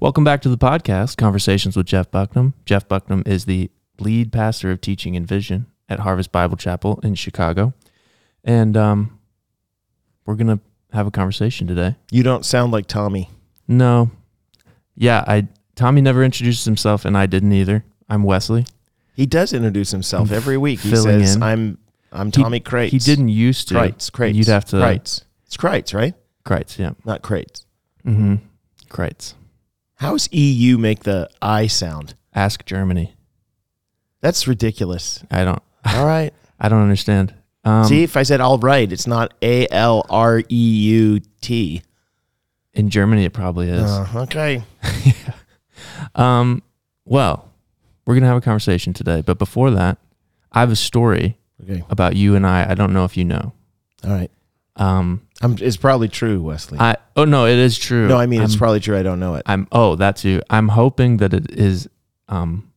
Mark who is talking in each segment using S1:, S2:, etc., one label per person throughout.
S1: Welcome back to the podcast, Conversations with Jeff Bucknam. Jeff Bucknam is the lead pastor of teaching and vision at Harvest Bible Chapel in Chicago. And um, we're going to have a conversation today.
S2: You don't sound like Tommy.
S1: No. Yeah, I Tommy never introduced himself, and I didn't either. I'm Wesley.
S2: He does introduce himself every week. He
S1: Filling
S2: says,
S1: in.
S2: "I'm I'm
S1: He-
S2: Tommy Crates."
S1: He didn't used to.
S2: Crates, Crates.
S1: You'd have to-
S2: Crates. It's Crates, right?
S1: Kreitz, yeah.
S2: Not Crates.
S1: Mm-hmm. Kreitz.
S2: How's EU make the I sound?
S1: Ask Germany.
S2: That's ridiculous.
S1: I don't.
S2: All right.
S1: I don't understand. Um,
S2: See, if I said all right, it's not A L R E U T.
S1: in Germany, it probably is.
S2: Uh, okay.
S1: Um, well, we're gonna have a conversation today, but before that, I have a story
S2: Okay.
S1: about you and I. I don't know if you know.
S2: All right.
S1: Um,
S2: I'm, it's probably true, Wesley.
S1: I oh no, it is true.
S2: no, I mean it's
S1: I'm-
S2: probably true. I don't know it.
S1: I'm oh that too. I'm hoping that it is um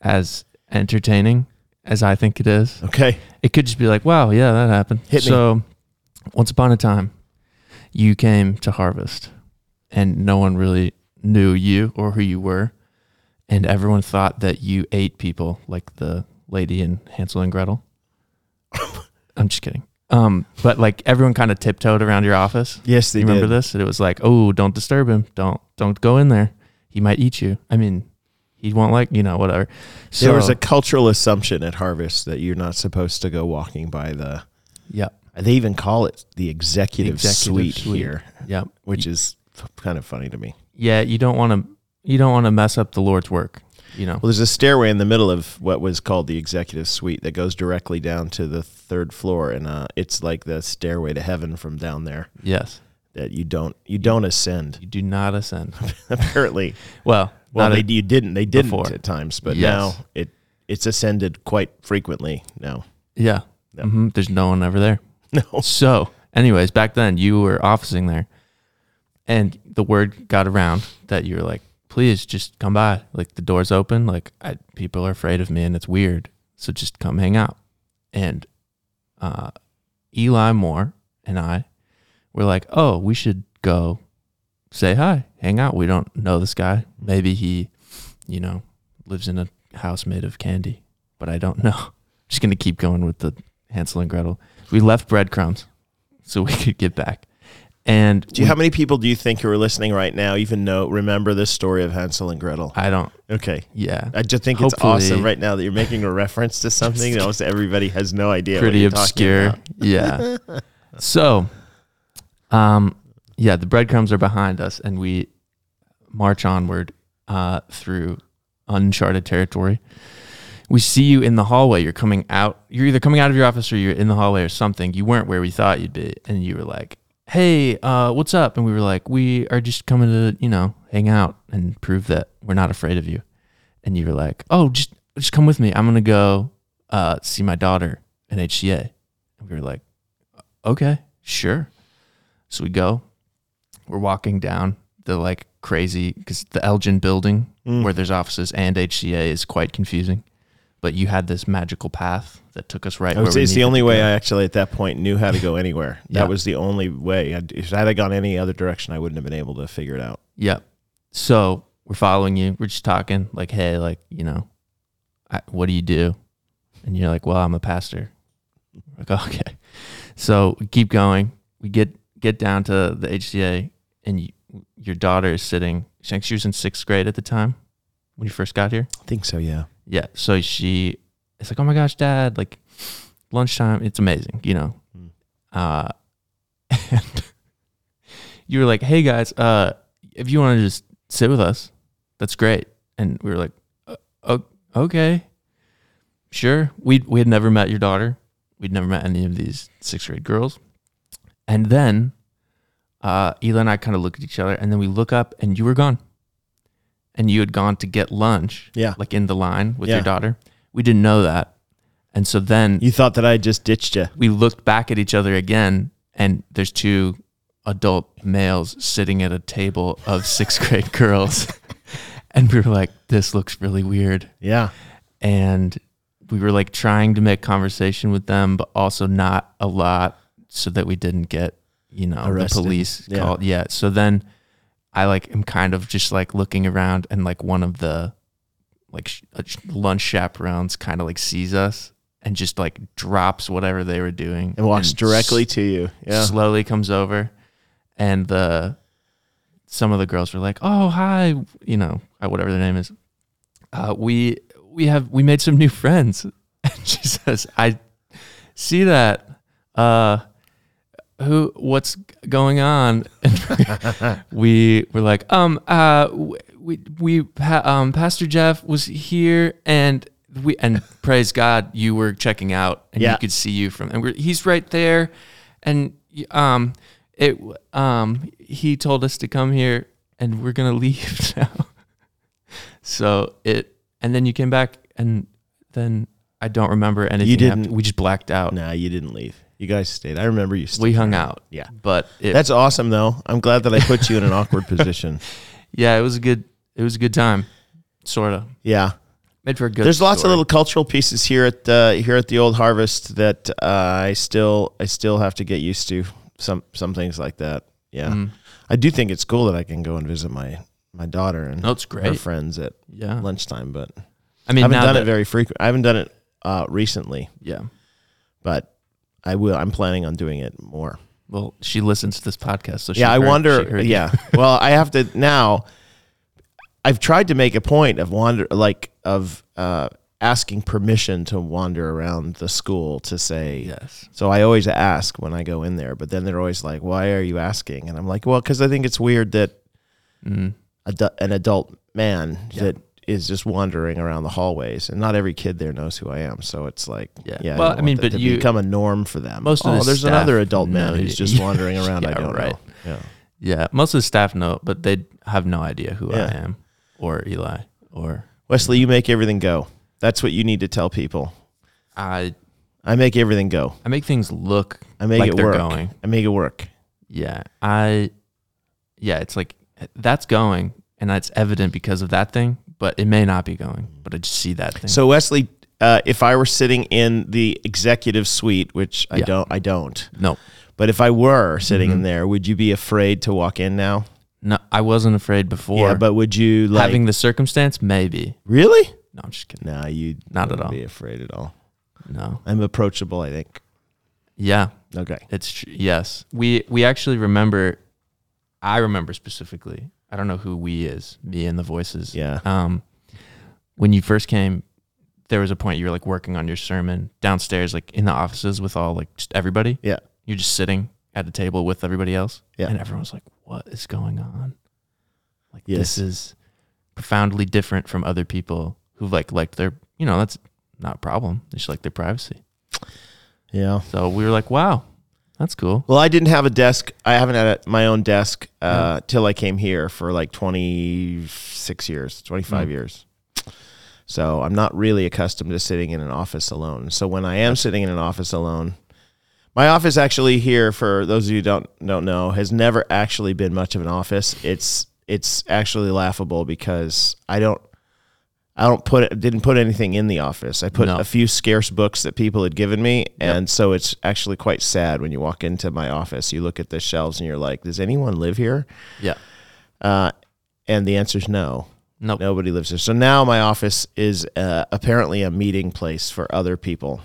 S1: as entertaining as I think it is.
S2: Okay.
S1: It could just be like, wow, yeah, that happened.
S2: Hit me.
S1: so, once upon a time, you came to harvest, and no one really knew you or who you were, and everyone thought that you ate people, like the lady in Hansel and Gretel. I'm just kidding. Um, but like everyone kind of tiptoed around your office.
S2: Yes, they
S1: you remember
S2: did.
S1: this? And it was like, oh, don't disturb him. Don't don't go in there. He might eat you. I mean, he won't like you know whatever. So,
S2: There was a cultural assumption at Harvest that you're not supposed to go walking by the
S1: yeah.
S2: They even call it the executive,
S1: Executive
S2: suite,
S1: suite.
S2: here,
S1: Yep.
S2: which is f- kind of funny to me.
S1: yeah, you don't want to you don't want to mess up the Lord's work, you know.
S2: Well, there's a stairway in the middle of what was called the executive suite that goes directly down to the third floor, and uh, it's like the stairway to heaven from down there
S1: Yes,
S2: that you don't you don't ascend.
S1: you do not ascend.
S2: Apparently,
S1: Well,
S2: well,
S1: not
S2: they,
S1: a-
S2: you didn't they didn't
S1: Before.
S2: at times, but
S1: Yes.
S2: now it it's ascended quite frequently now.
S1: yeah.
S2: No.
S1: hmm There's no one ever there.
S2: No,
S1: So, anyways, back then you were officing there, and the word got around that you were like, "Please, just come by. Like the door's open. Like I, people are afraid of me, and it's weird. So just come hang out." And uh, Eli Moore and I were like, "Oh, we should go say hi, hang out. We don't know this guy. Maybe he, you know, lives in a house made of candy, but I don't know." Just gonna keep going with the Hansel and Gretel. We left breadcrumbs so we could get back. And
S2: do you,
S1: we-
S2: how many people do you think who are listening right now even know remember this story of Hansel and Gretel?
S1: I don't.
S2: Okay,
S1: Yeah,
S2: I just think
S1: Hopefully-
S2: it's awesome right now that you're making a reference to something that almost everybody has no idea. what
S1: pretty
S2: you're talking
S1: obscure.
S2: about.
S1: Yeah. so, um, yeah, the breadcrumbs are behind us, and we march onward uh, through uncharted territory. We see you in the hallway. You're coming out. You're either coming out of your office or you're in the hallway or something. You weren't where we thought you'd be, and you were like, "Hey, uh, what's up?" And we were like, "We are just coming to, you know, hang out and prove that we're not afraid of you." And you were like, "Oh, just just come with me. I'm gonna go uh, see my daughter in HCA." And we were like, "Okay, sure." So we go. We're walking down the like crazy because the Elgin building
S2: Mm.
S1: where there's offices and HCA is quite confusing. But you had this magical path that took us right.
S2: I
S1: where
S2: would say
S1: we
S2: it's the
S1: needed
S2: only
S1: to
S2: way
S1: go.
S2: I actually at that point knew how to go anywhere.
S1: Yeah.
S2: That was the only way. I, if had I gone any other direction, I wouldn't have been able to figure it out.
S1: Yep. So we're following you. We're just talking, like, hey, like, you know, I, what do you do? And you're like, well, I'm a pastor. Like, okay. So we keep going. We get get down to the HCA, and you, your daughter is sitting. I think She was in sixth grade at the time when you first got here.
S2: I think so, yeah.
S1: Yeah. So she it's like, oh my gosh, dad, like lunchtime. It's amazing, you know.
S2: Mm.
S1: Uh, and you were like, hey guys, uh, if you want to just sit with us, that's great. And we were like, uh, o- okay, sure. We we had never met your daughter. We'd never met any of these sixth grade girls. And then uh, Ela and I kind of looked at each other, and then we look up, and you were gone. And you had gone to get lunch
S2: Yeah.
S1: like in the line with
S2: Yeah.
S1: your daughter. We didn't know that. And so then
S2: You thought that I just ditched you.
S1: we looked back at each other again, and there's two adult males sitting at a table of sixth grade girls. And we were like, this looks really weird.
S2: Yeah.
S1: And we were like trying to make conversation with them, but also not a lot so that we didn't get, you know,
S2: Arrested.
S1: the police
S2: Yeah.
S1: called. Yeah. So then I like am kind of just like looking around and like one of the like sh- uh, sh- lunch chaperones kind of like sees us and just like drops whatever they were doing
S2: and walks directly to you.
S1: s-
S2: Yeah.
S1: slowly comes over and the some of the girls were like, "Oh, hi, you know, uh, whatever their name is. Uh, we we have we made some new friends." And she says, "I see that. Uh, who? What's going on?" And we were like, "Um, uh, w- we we pa- um, Pastor Jeff was here and." We, and praise God, you were checking out, and
S2: Yeah.
S1: you could see you from, and we're, he's right there, and um, it um, he told us to come here, and we're gonna leave now. So it, and then you came back, and then I don't remember anything.
S2: didn't-
S1: After. We just blacked out.
S2: Nah, you didn't leave. You guys stayed. I remember you stayed.
S1: We hung out.
S2: Yeah.
S1: but it,
S2: That's awesome, though. I'm glad that I put you in an awkward position.
S1: yeah, it was a good. It was a good time, sort of.
S2: Yeah.
S1: Made for a good.
S2: There's lots of
S1: story.
S2: little cultural pieces here at uh, here at the Old Harvest that uh, I still I still have to get used to some some things like that. Yeah,
S1: Mm.
S2: I do think it's cool that I can go and visit my my daughter and
S1: No, it's
S2: her
S1: great.
S2: friends at
S1: Yeah,
S2: lunchtime, but
S1: I
S2: I
S1: mean,
S2: haven't
S1: now
S2: done
S1: that,
S2: it very frequent. I haven't done it uh, recently,
S1: yeah.
S2: but I will. I'm planning on doing it more.
S1: Well, she listens to this podcast, so she
S2: yeah, I
S1: heard- she
S2: wonder.
S1: heard-
S2: Yeah, well, I have to now. I've tried to make a point of wander, like of uh, asking permission to wander around the school to say.
S1: Yes.
S2: So I always ask when I go in there, but then they're always like, "Why are you asking?" And I'm like, "Well, because I think it's weird that
S1: Mm.
S2: adu- an adult man that is just wandering around the hallways, and not every kid there knows who I am. So it's like,
S1: Yeah.
S2: yeah,
S1: Well,
S2: don't
S1: I mean,
S2: want that
S1: but
S2: to
S1: you-
S2: become a norm for them.
S1: Most of
S2: oh,
S1: the
S2: there's
S1: staff
S2: another adult man
S1: know
S2: who's
S1: you-
S2: just wandering around. I
S1: Yeah,
S2: don't
S1: right.
S2: know. Yeah.
S1: Yeah, most of the staff know, but they have no idea who
S2: Yeah.
S1: I am or Eli or
S2: Wesley, you make everything go. That's what you need to tell people.
S1: I.
S2: I make everything go.
S1: I make things look
S2: I make
S1: like
S2: it
S1: they're
S2: work.
S1: going.
S2: I make it work.
S1: Yeah, I. Yeah, it's like that's going, and that's evident because of that thing. But it may not be going. But I just see that thing.
S2: So Wesley, uh, if I were sitting in the executive suite, which I
S1: Yeah. Mm-hmm.
S2: don't, I don't.
S1: no,
S2: But if I were sitting in there, would you be afraid to walk in now?
S1: no, I wasn't afraid before.
S2: yeah, but would you like
S1: having the circumstance, maybe.
S2: really?
S1: No, I'm just kidding.
S2: No, you
S1: Not at
S2: wouldn't
S1: all.
S2: Be afraid at all.
S1: No.
S2: I'm approachable. I think.
S1: Yeah,
S2: Okay.
S1: It's tr- yes. We we actually remember. I remember specifically. I don't know who we is. Me and the voices.
S2: Yeah.
S1: Um, when you first came, there was a point you were like working on your sermon downstairs, like in the offices with all like just everybody.
S2: Yeah.
S1: You're just sitting at a table with everybody else.
S2: Yeah.
S1: And everyone's like, "What is going on? Like
S2: Yes.
S1: this is profoundly different from other people who've like liked their. You know, that's not a problem. They just like their privacy.
S2: Yeah.
S1: So we were like, wow, that's cool.
S2: Well, I didn't have a desk. I haven't had a, my own desk uh, till I came here for like 26 years, 25
S1: Mm.
S2: years. So I'm not really accustomed to sitting in an office alone. So when I am sitting in an office alone, my office actually here, for those of you who don't don't know, has never actually been much of an office. It's it's actually laughable because I don't I don't put it- didn't put anything in the office. I put
S1: No.
S2: a few scarce books that people had given me, and so it's actually quite sad when you walk into my office. You look at the shelves and you're like, "Does anyone live here?"
S1: Yeah.
S2: Uh, and the answer is no.
S1: Nope.
S2: Nobody lives here. So now my office is uh, apparently a meeting place for other people.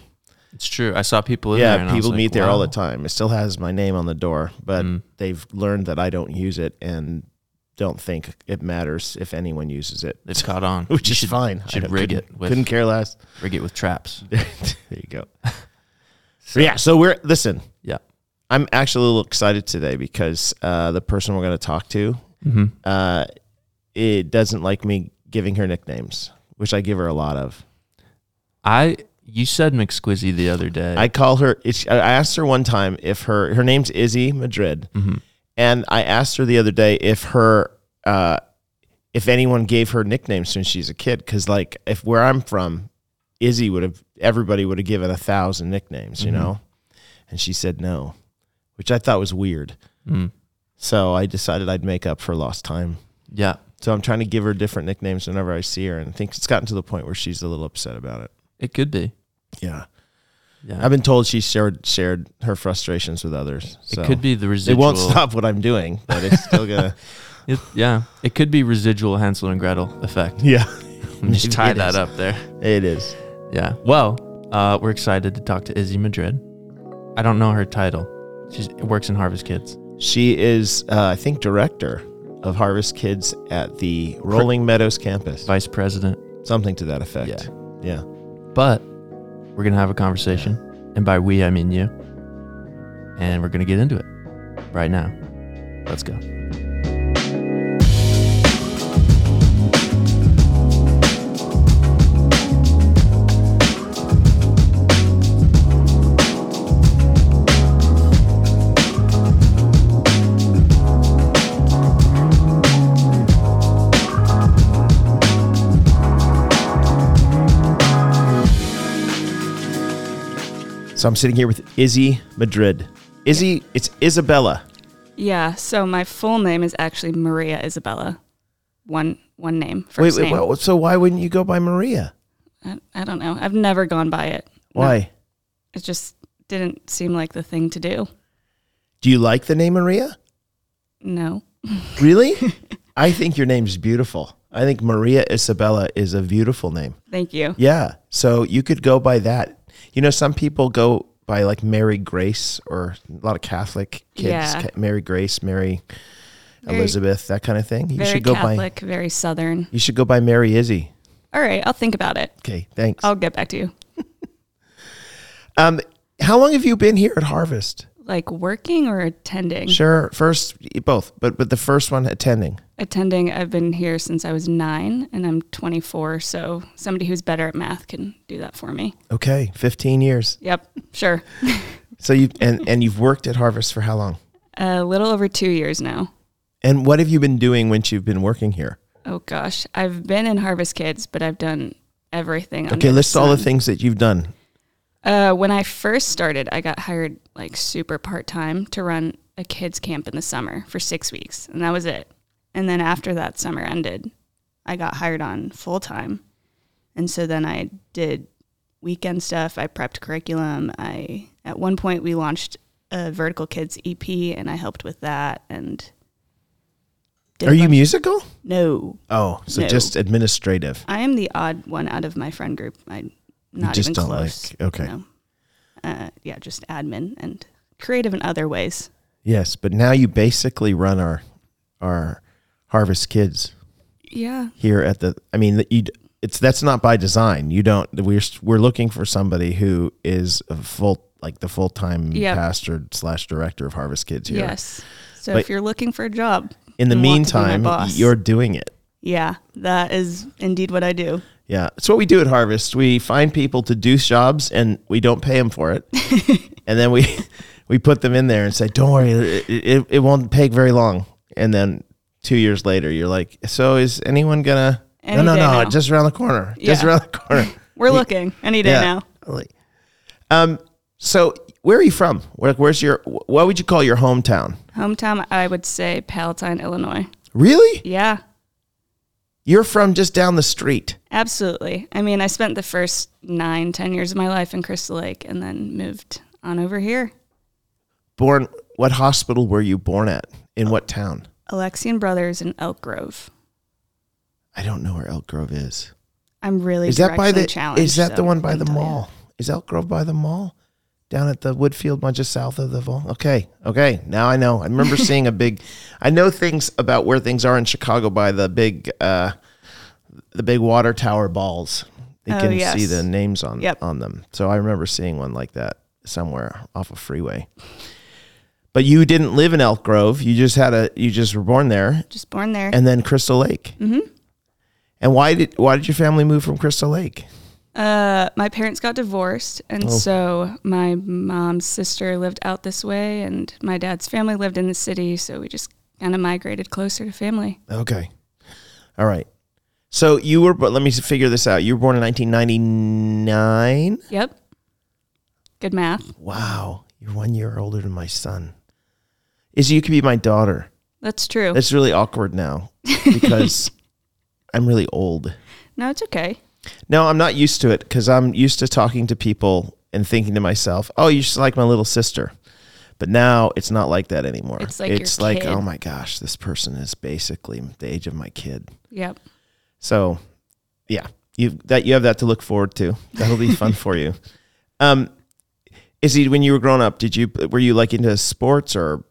S1: It's true. I saw people in there.
S2: yeah,
S1: and I was
S2: people
S1: like,
S2: meet there all the
S1: wow. Mm.
S2: time. It still has my name on the door, but they've learned that I don't use it and don't think it matters if anyone uses it,
S1: They've caught on.
S2: which
S1: You
S2: is
S1: should
S2: fine.
S1: should
S2: I don't-
S1: rig
S2: couldn't-
S1: it with-
S2: couldn't care less.
S1: rig it with traps.
S2: there you go. yeah, so we're listen.
S1: Yeah.
S2: I'm actually a little excited today because uh, the person we're going to talk to, uh, it doesn't like me giving her nicknames, which I give her a lot of.
S1: I you said McSquizzy the other day.
S2: I call her. It's, I asked her one time if her her name's Izzy Madrid, and I asked her the other day if her uh, if anyone gave her nicknames when she's a kid, because like if where I'm from, Izzy would have everybody would have given a thousand nicknames, you know, and she said no, which I thought was weird.
S1: Mm.
S2: So I decided I'd make up for lost time.
S1: yeah.
S2: So I'm trying to give her different nicknames whenever I see her, and I think it's gotten to the point where she's a little upset about it.
S1: It could be.
S2: Yeah.
S1: Yeah.
S2: I've been told she shared shared her frustrations with others. So
S1: it could be the
S2: It
S1: residual.
S2: won't stop what I'm doing, but it's still gonna.
S1: It, yeah, it could be residual Hansel and Gretel effect.
S2: Yeah.
S1: And Just
S2: Maybe
S1: tie
S2: it
S1: that
S2: is.
S1: up there.
S2: It is.
S1: Yeah. Well, uh, we're excited to talk to Izzy Madrid. I don't know her title. She works in Harvest Kids.
S2: She is, uh, I think, director of Harvest Kids at the Rolling Meadows campus.
S1: vice president.
S2: Something to that effect. Yeah.
S1: But we're going to have a conversation. And by we, I mean you. And we're going to get into it right now. Let's go.
S2: So I'm sitting here with Izzy Madrid. Izzy, it's Isabella.
S3: Yeah, so my full name is actually Maria Isabella. One one name, first
S2: Wait, wait,
S3: name.
S2: wait, so why wouldn't you go by Maria?
S3: I, I don't know. I've never gone by it. No,
S2: Why?
S3: it just didn't seem like the thing to do.
S2: Do you like the name Maria?
S3: No.
S2: Really? I think your name's beautiful. I think Maria Isabella is a beautiful name.
S3: Thank you.
S2: Yeah. So you could go by that. You know, some people go by like Mary Grace or a lot of Catholic kids,
S3: Yeah.
S2: Ca- Mary Grace, Mary
S3: Very-
S2: Elizabeth, that kind of thing. You
S3: Very
S2: should go by
S3: Catholic, very Southern.
S2: you should go by Mary Izzy.
S3: All right, I'll think about it.
S2: Okay, thanks.
S3: I'll get back to you.
S2: Um, how long have you been here at Harvest?
S3: Like working or attending?
S2: Sure, first both, but but the first one attending.
S3: Attending, I've been here since I was nine and I'm 24, so somebody who's better at math can do that for me.
S2: Okay, fifteen years.
S3: Yep, sure.
S2: So you and and you've worked at Harvest for how long?
S3: A little over two years now.
S2: And what have you been doing once you've been working here?
S3: Oh gosh, I've been in Harvest Kids, but I've done everything. under
S2: Okay, list all the
S3: sun.
S2: things that you've done.
S3: Uh, when I first started, I got hired like super part time to run a kids camp in the summer for six weeks, and that was it. And then after that summer ended, I got hired on full time, and so then I did weekend stuff. I prepped curriculum. I at one point we launched a Vertical Kids EP, and I helped with that. And did a
S2: Are you
S3: bunch-
S2: musical?
S3: no?
S2: Oh, so
S3: No.
S2: just administrative.
S3: I am the odd one out of my friend group. I'm not
S2: just
S3: even
S2: don't
S3: close.
S2: like- okay.
S3: No. Uh, yeah, just admin and creative in other ways.
S2: Yes, but now you basically run our our Harvest Kids
S3: Yeah.
S2: here at the. I mean, that you. It's that's not by design. You don't. We're we're looking for somebody who is a full like the full time
S3: Yep.
S2: pastor slash director of Harvest Kids here.
S3: Yes. So
S2: But-
S3: if you're looking for a job,
S2: In the
S3: you want to be my
S2: meantime,
S3: boss.
S2: you're doing it.
S3: yeah, that is indeed what I do.
S2: Yeah, it's what we do at Harvest. We find people to do jobs, and we don't pay them for it, and then we we put them in there and say, "Don't worry, it, it, it won't take very long." And then two years later, you're like, "So is anyone gonna?"
S3: Any
S2: no, no,
S3: day
S2: no,
S3: now."
S2: just around the corner, just
S3: Yeah.
S2: around the corner.
S3: We're looking any day now.
S2: Like, Um. So, where are you from? Where, where's your? What would you call your hometown?
S3: Hometown, I would say Palatine, Illinois.
S2: Really?
S3: Yeah,
S2: You're from just down the street.
S3: absolutely. I mean, I spent the first nine, ten years of my life in Crystal Lake and then moved on over here.
S2: Born. What hospital were you born at? In what town?
S3: Alexian Brothers in Elk Grove.
S2: I don't know where Elk Grove is.
S3: I'm really
S2: Is that by
S3: directionally
S2: the?
S3: challenged,
S2: Is that
S3: so
S2: the one by
S3: couldn't
S2: the
S3: tell you.
S2: mall? Is Elk Grove by the mall? Down at the Woodfield, one just south of the mall. Okay, okay. Now I know. I remember seeing a big. I know things about where things are in Chicago by the big, uh, the big water tower balls. You
S3: Oh,
S2: can
S3: yes.
S2: see the names on
S3: Yep.
S2: on them. So I remember seeing one like that somewhere off a freeway. But you didn't live in Elk Grove. You just had a. You just were born there,
S3: Just born there.
S2: and then Crystal Lake. Mm-hmm. And why did why did your family move from Crystal Lake?
S3: uh, my parents got divorced, and
S2: Oh.
S3: so my mom's sister lived out this way, and my dad's family lived in the city, so we just kind of migrated closer to family.
S2: Okay, all right. So you were, but let me figure this out. You were born in 1999.
S3: Yep. Good math.
S2: Wow, you're one year older than my son. Is you could be my daughter.
S3: That's true.
S2: That's really awkward now because I'm really old.
S3: no, it's okay.
S2: No, I'm not used to it because I'm used to talking to people and thinking to myself, "Oh, you're just like my little sister," But now it's not like that anymore.
S3: It's like your
S2: it's like,
S3: kid.
S2: oh my gosh, this person is basically the age of my kid.
S3: Yep.
S2: So, yeah, you that you have that to look forward to. That'll be fun for you. Um, Izzy, when you were growing up, did you were you like into sports or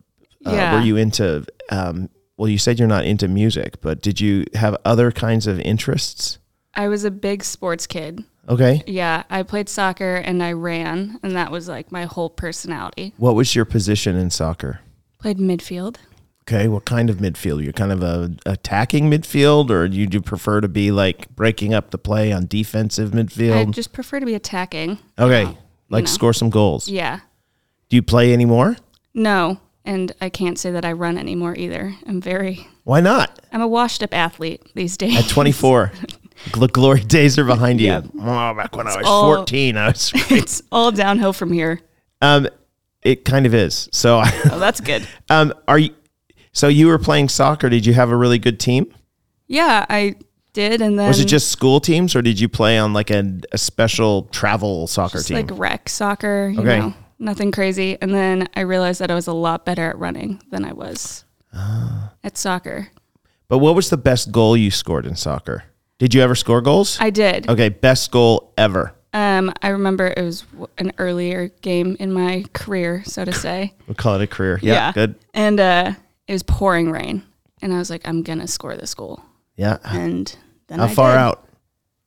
S2: uh,
S3: Yeah.
S2: were you into? Um, well, you said you're not into music, but did you have other kinds of interests?
S3: I was a big sports kid.
S2: Okay,
S3: Yeah, I played soccer and I ran, and that was like my whole personality.
S2: what was your position in soccer?
S3: Played midfield.
S2: Okay, what kind of midfield? You're kind of a attacking midfield, or you do prefer to be like breaking up the play on defensive
S3: I
S2: midfield?
S3: just prefer to be attacking.
S2: okay, like
S3: know.
S2: score some goals.
S3: Yeah.
S2: Do you play anymore?
S3: No, and I can't say that I run anymore either. I'm very
S2: Why not?
S3: I'm a washed up athlete these days.
S2: At 24, the glory days are behind you.
S3: Yeah.
S2: Oh, back when I was
S3: all-
S2: 14, I was.
S3: it's all downhill from here.
S2: Um, it kind of is. So,
S3: Oh, that's good.
S2: um, are you? So you were playing soccer. Did you have a really good team?
S3: Yeah, I did, and then
S2: Was it just school teams, or did you play on like a, a special travel soccer
S3: just
S2: team?
S3: like rec soccer? You
S2: Okay.
S3: know, nothing crazy. And then I realized that I was a lot better at running than I was
S2: Ah.
S3: at soccer.
S2: but what was the best goal you scored in soccer? Did you ever score goals?
S3: I did.
S2: okay, best goal ever.
S3: Um, I remember it was w- an earlier game in my career, so to say.
S2: We'll call it a career. Yeah, good.
S3: And uh, it was pouring rain, and I was like, "I'm gonna score this goal."
S2: Yeah.
S3: And then
S2: How
S3: I
S2: far
S3: did.
S2: out?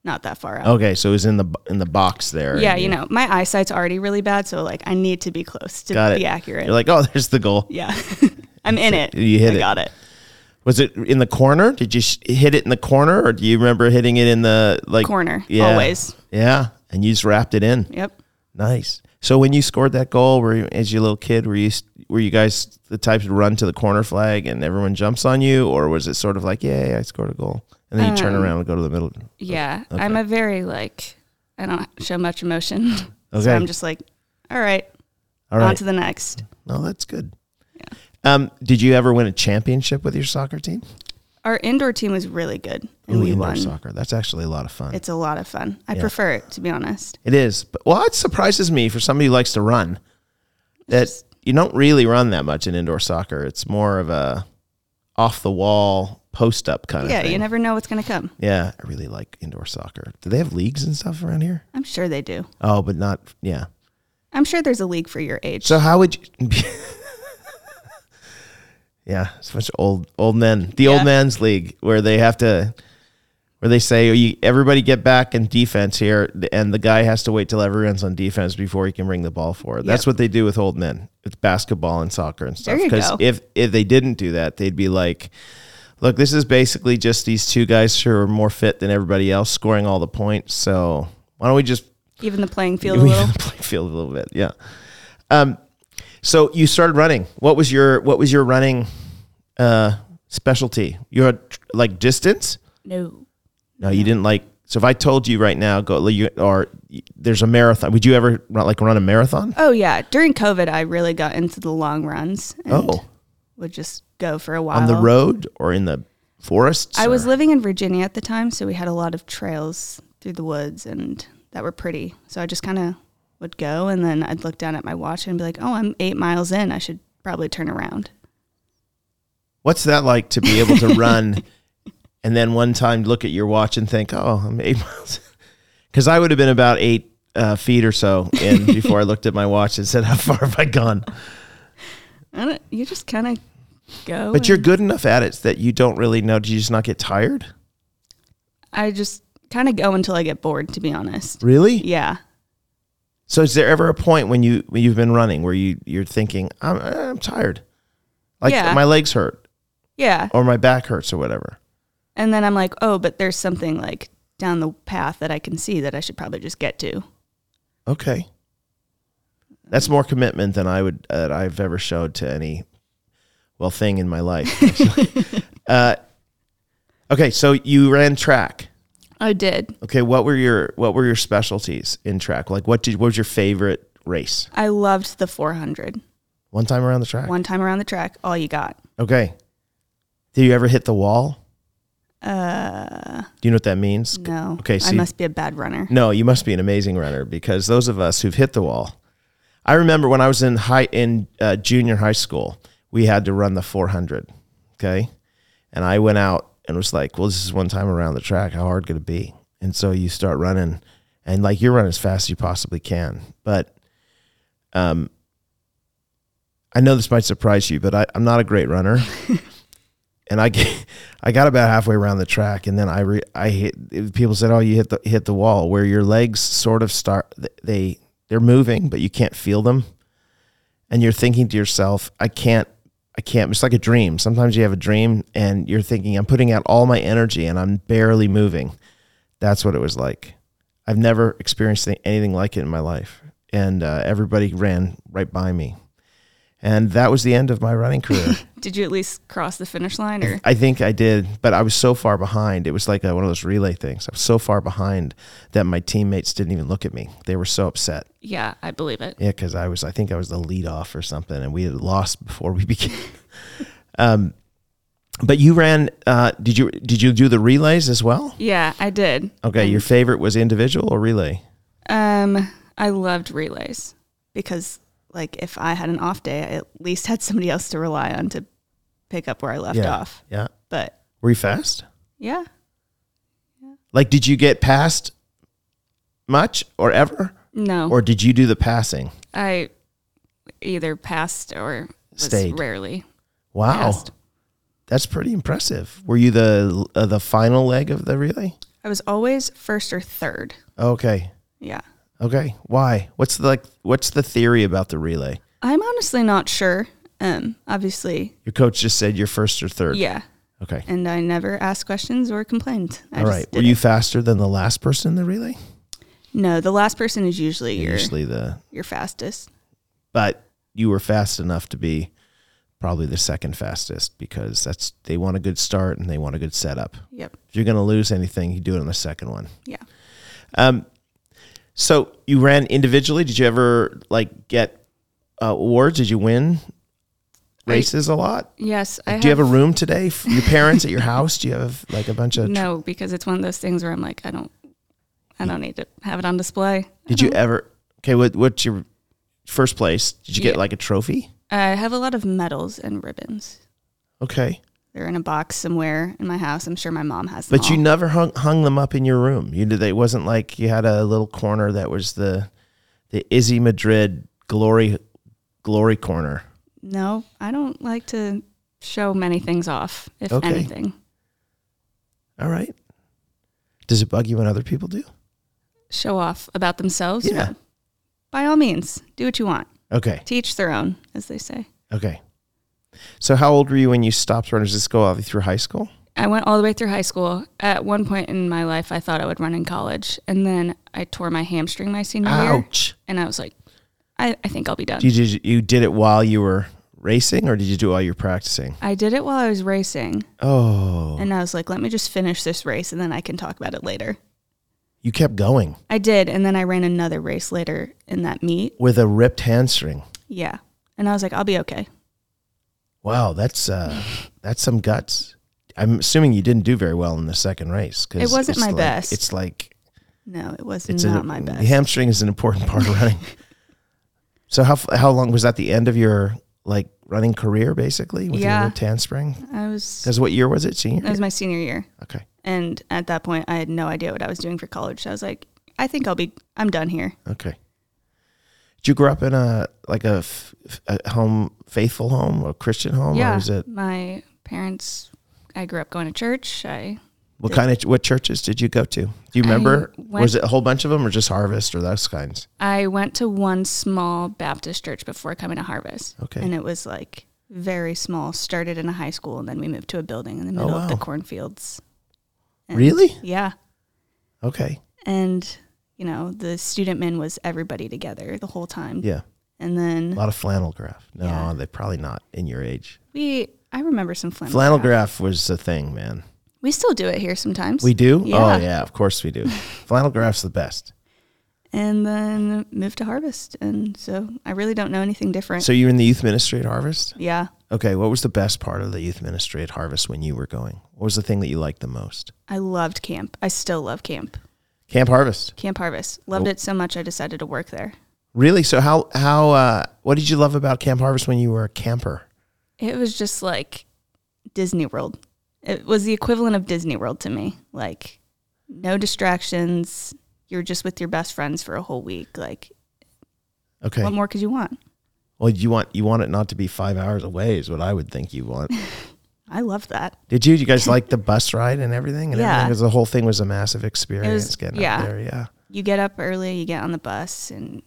S3: Not that far out.
S2: Okay, so it was in the in the box there.
S3: Yeah,
S2: and
S3: you know, my eyesight's already really bad, so like I need to be close to
S2: Got it.
S3: be accurate.
S2: You're like, oh, there's the goal.
S3: yeah, I'm in it.
S2: You hit
S3: I
S2: it.
S3: Got it.
S2: Was it in the corner? Did you sh- hit it in the corner, or do you remember hitting it in the like
S3: Corner,
S2: Yeah,
S3: always.
S2: Yeah, and you just wrapped it in.
S3: Yep.
S2: Nice. So when you scored that goal, were you, as you little kid, were you s- were you guys the type to run to the corner flag and everyone jumps on you, or was it sort of like, yay, I scored a goal, and then you turn
S3: Um,
S2: around and go to the middle?
S3: Yeah, I'm a very like I don't show much emotion,
S2: Okay.
S3: so I'm just like, all right,
S2: All
S3: on
S2: right.
S3: to the next.
S2: No, that's good. Um, did you ever win a championship with your soccer team?
S3: Our indoor team was really good, and
S2: Ooh,
S3: we
S2: indoor
S3: won.
S2: soccer. That's actually a lot of fun.
S3: It's a lot of fun. I prefer it to be honest.
S2: It is. But well, it surprises me for somebody who likes to run that you don't really run that much in indoor soccer. It's more of a off the wall post up kind
S3: Yeah,
S2: of thing.
S3: you never know what's gonna come.
S2: yeah, I really like indoor soccer. Do they have leagues and stuff around here?
S3: I'm sure they do.
S2: Oh, but not yeah.
S3: I'm sure there's a league for your age.
S2: So how would you Yeah, it's a bunch of old old men. The old
S3: Yeah.
S2: men's league where they have to where they say "Oh, you, everybody get back in defense here and the guy has to wait till everyone's on defense before he can bring the ball forward. That's what they do with old men. With basketball and soccer and stuff
S3: There you
S2: cuz
S3: go.
S2: if if they didn't do that, they'd be like Look, this is basically just these two guys who are more fit than everybody else scoring all the points. So, why don't we just
S3: Even the playing field a little.
S2: we play field a little bit, yeah. Um, so you started running. What was your what was your running uh, specialty? Your like distance?
S3: No.
S2: No, you didn't like. So if I told you right now, go you, or there's a marathon. Would you ever run, like run a marathon?
S3: Oh yeah, during COVID, I really got into the long runs. And
S2: Oh.
S3: would just go for a while
S2: On the road or in the forests?
S3: I was
S2: or-
S3: living in Virginia at the time, so we had a lot of trails through the woods and that were pretty. So I just kind of would go, and then I'd look down at my watch and be like, "Oh, I'm eight miles in. I should probably turn around."
S2: What's that like to be able to run and then one time look at your watch and think, oh, I'm eight miles? Because I would have been about eight uh, feet or so in before I looked at my watch and said, how far have I gone?
S3: I don't, you just kind of go.
S2: But you're
S3: and
S2: good enough at it that you don't really know. Do you just not get tired?
S3: I just kind of go until I get bored, to be honest.
S2: Really?
S3: Yeah.
S2: So is there ever a point when you when you've been running where you you're thinking I'm I'm tired, like
S3: Yeah.
S2: my legs hurt
S3: Yeah.
S2: or my back hurts or whatever?
S3: And then I'm like, "Oh, but there's something like down the path that I can see that I should probably just get to."
S2: Okay. That's more commitment than I would that I've ever showed to any well thing in my life. actually. uh, okay, so you ran track.
S3: I did.
S2: Okay, what were your what were your specialties in track? Like what did what was your favorite race?
S3: I loved the 400.
S2: One time around the track.
S3: One time around the track, all you got.
S2: Okay. Did you ever hit the wall?
S3: Uh,
S2: Do you know what that means?
S3: no.
S2: Okay,
S3: I
S2: see-
S3: must be a bad runner.
S2: No, you must be an amazing runner because those of us who've hit the wall I remember when I was in high in uh, junior high school, we had to run the 400. Okay, and I went out and was like, "Well, this is one time around the track. How hard could it be?" And so you start running, and like you run as fast as you possibly can. But, um, I know this might surprise you, but I, I'm not a great runner. and I, get- I got about halfway around the track, and then I re, I hit. it- People said, "Oh, you hit the hit the wall where your legs sort of start they they're moving, but you can't feel them." And you're thinking to yourself, "I can't, I can't." It's like a dream. Sometimes you have a dream, and you're thinking, "I'm putting out all my energy, and I'm barely moving." That's what it was like. I've never experienced any- anything like it in my life, and uh, everybody ran right by me, and that was the end of my running career.
S3: Did you at least cross the finish line or?
S2: I think I did, but I was so far behind. It was like uh one of those relay things. I was so far behind that my teammates didn't even look at me. They were so upset.
S3: Yeah, I believe it.
S2: Yeah, because I was, I think I was the lead off or something, and we had lost before we began. um, but you ran. Uh, did you did you do the relays as well?
S3: Yeah, I did.
S2: Okay, your favorite was individual or relay?
S3: Um, I loved relays because like if I had an off day, I at least had somebody else to rely on to pick up where I left
S2: Yeah.
S3: off.
S2: Yeah.
S3: But
S2: Were you fast?
S3: yeah,
S2: Like, did you get past much or ever,
S3: no,
S2: or did you do the passing?
S3: I either passed or was
S2: Stayed.
S3: rarely
S2: Wow.
S3: passed.
S2: That's pretty impressive. Were you the uh, the final leg of the relay?
S3: I was always first or third.
S2: Okay.
S3: Yeah.
S2: Okay. Why? What's the, like what's the theory about the relay?
S3: I'm honestly not sure. Um, obviously,
S2: Your coach just said you're first or third.
S3: yeah.
S2: Okay.
S3: And I never asked questions or complained. I
S2: All
S3: just
S2: right.
S3: did
S2: Were you
S3: it.
S2: faster than the last person in the relay?
S3: No, the last person is usually your
S2: Usually the
S3: your fastest.
S2: but you were fast enough to be probably the second fastest because that's they want a good start and they want a good setup.
S3: Yep.
S2: If you're going to lose anything, you do it on the second one.
S3: Yeah.
S2: Um so you ran individually. Did you ever like get uh, awards? Did you win
S3: I-
S2: races a lot?
S3: Yes, I
S2: do you have a room today? For your parents at your house? Do you have like a bunch of?
S3: No, because it's one of those things where I'm like, I don't, I don't need to have it on display.
S2: Did you ever? Okay, what what's your first place? Did you get
S3: Yeah.
S2: like a trophy?
S3: I have a lot of medals and ribbons.
S2: Okay,
S3: They're in a box somewhere in my house. I'm sure my mom has them.
S2: but you
S3: all.
S2: never hung hung them up in your room. You did. It wasn't like you had a little corner that was the the Izzy Madrid glory glory corner.
S3: no, I don't like to show many things off, if
S2: Okay.
S3: anything.
S2: All right. Does it bug you when other people do?
S3: Show off about themselves.
S2: Yeah.
S3: No. By all means, do what you want.
S2: Okay.
S3: Teach their own, as they say.
S2: Okay. So how old were you when you stopped running? Does this go all the way through high school?
S3: I went all the way through high school. At one point in my life, I thought I would run in college, and then I tore my hamstring my senior year,
S2: Ouch.
S3: and I was like, I, I think I'll be done.
S2: You did you did it while you were racing, or did you do it while you were practicing?
S3: I did it while I was racing,
S2: Oh,
S3: and I was like, let me just finish this race, and then I can talk about it later.
S2: you kept going
S3: I did, and then I ran another race later in that meet.
S2: with a ripped hamstring.
S3: Yeah, and I was like, I'll be okay.
S2: Wow, that's uh, that's some guts. I'm assuming you didn't do very well in the second race. 'cause
S3: It wasn't
S2: it's
S3: my
S2: like-
S3: best.
S2: It's like
S3: No, it was
S2: it's
S3: not
S2: a,
S3: my
S2: The
S3: best.
S2: hamstring is an important part of running. so how f- how long was that? The end of your like running career, basically, with
S3: Yeah.
S2: your ripped hamstring.
S3: I was
S2: Because what year was it, senior?
S3: that was my senior year,
S2: okay,
S3: and at that point, I had no idea what I was doing for college. So I was like, I think I'll be, I'm done here.
S2: okay. Did you grow up in a like a, f- a home faithful home or Christian home, or
S3: yeah,
S2: was it
S3: my parents. I grew up going to church. I
S2: What kind of what churches did you go to? Do you remember?
S3: went-
S2: was it a whole bunch of them, or just Harvest, or those kinds?
S3: I went to one small Baptist church before coming to Harvest.
S2: Okay.
S3: And it was like very small. Started in a high school and then we moved to a building in the middle of the
S2: Oh, wow.
S3: cornfields. And-
S2: Really?
S3: Yeah.
S2: Okay.
S3: And, you know, the student min was everybody together the whole time.
S2: Yeah.
S3: And
S2: A
S3: then
S2: lot of flannel graph. No,
S3: Yeah.
S2: they're probably not in your age.
S3: we, I remember some flannel.
S2: Flannel
S3: graph.
S2: graph was a thing, man.
S3: We still do it here sometimes.
S2: We do?
S3: Yeah.
S2: Oh yeah, of course we do. flannel graph's the best.
S3: And then moved to Harvest. And so I really don't know anything different.
S2: So you were in the youth ministry at Harvest?
S3: yeah.
S2: Okay. What was the best part of the youth ministry at Harvest when you were going? What was the thing that you liked the most?
S3: I loved camp. I still love camp.
S2: Camp Harvest.
S3: Camp Harvest. Loved it so much I decided to work there.
S2: Really? So how how uh, what did you love about Camp Harvest when you were a camper?
S3: It was just like Disney World. It was the equivalent of Disney World to me. Like no distractions. You're just with your best friends for a whole week. Like
S2: Okay.
S3: what more could you want?
S2: Well, you want you want it not to be five hours away is what I would think you want.
S3: I love that.
S2: Did you? You guys like the bus ride and everything? And
S3: Yeah.
S2: Because the whole thing was a massive experience getting
S3: yeah.
S2: up there. Yeah.
S3: You get up early, you get on the bus, and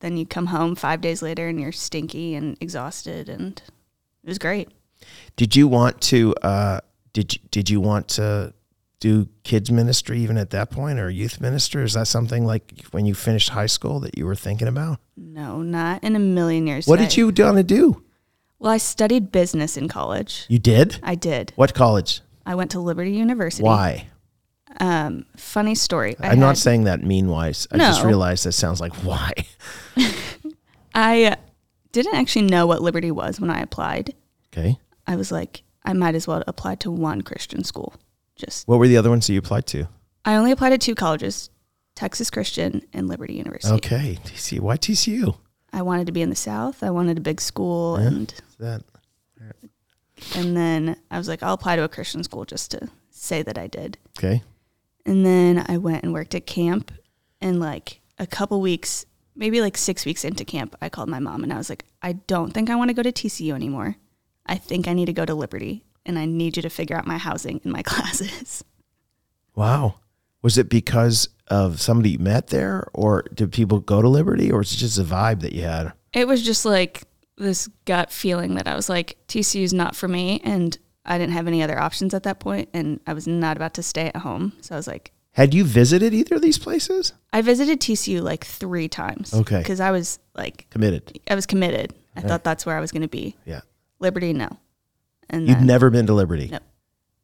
S3: then you come home five days later and you're stinky and exhausted. And it was great.
S2: Did you want to? Uh, did you, Did you want to do kids ministry even at that point, or youth ministry? Is that something like when you finished high school that you were thinking about?
S3: No, not in a million years.
S2: What did
S3: I-
S2: you want to do?
S3: Well, I studied business in college.
S2: You did.
S3: I did.
S2: What college?
S3: I went to Liberty University.
S2: Why?
S3: Um, funny story. I
S2: I'm not
S3: had-
S2: saying that mean wise. I just
S3: No.
S2: realized that sounds like why.
S3: I uh, didn't actually know what Liberty was when I applied.
S2: Okay.
S3: I was like, I might as well apply to one Christian school. Just
S2: What were the other ones that you applied to?
S3: I only applied to two colleges, Texas Christian and Liberty University.
S2: Okay. TCU. Why TCU?
S3: I wanted to be in the South. I wanted a big school and
S2: That.
S3: and then I was like, I'll apply to a Christian school just to say that I did.
S2: Okay.
S3: And then I went and worked at camp. And like a couple weeks, maybe like six weeks into camp, I called my mom and I was like, I don't think I want to go to TCU anymore. I think I need to go to Liberty and I need you to figure out my housing and my classes.
S2: Wow. Was it because of somebody you met there, or did people go to Liberty, or was it just a vibe that you had?
S3: It was just like this gut feeling that I was like, TCU is not for me. And I didn't have any other options at that point, And I was not about to stay at home. So I was like,
S2: Had you visited either of these places?
S3: I visited TCU like three times.
S2: Okay.
S3: Because I was like,
S2: Committed.
S3: I was committed. I thought that's where I was going to be.
S2: Yeah.
S3: Liberty, no. And
S2: You'd
S3: then
S2: never been to Liberty.
S3: No.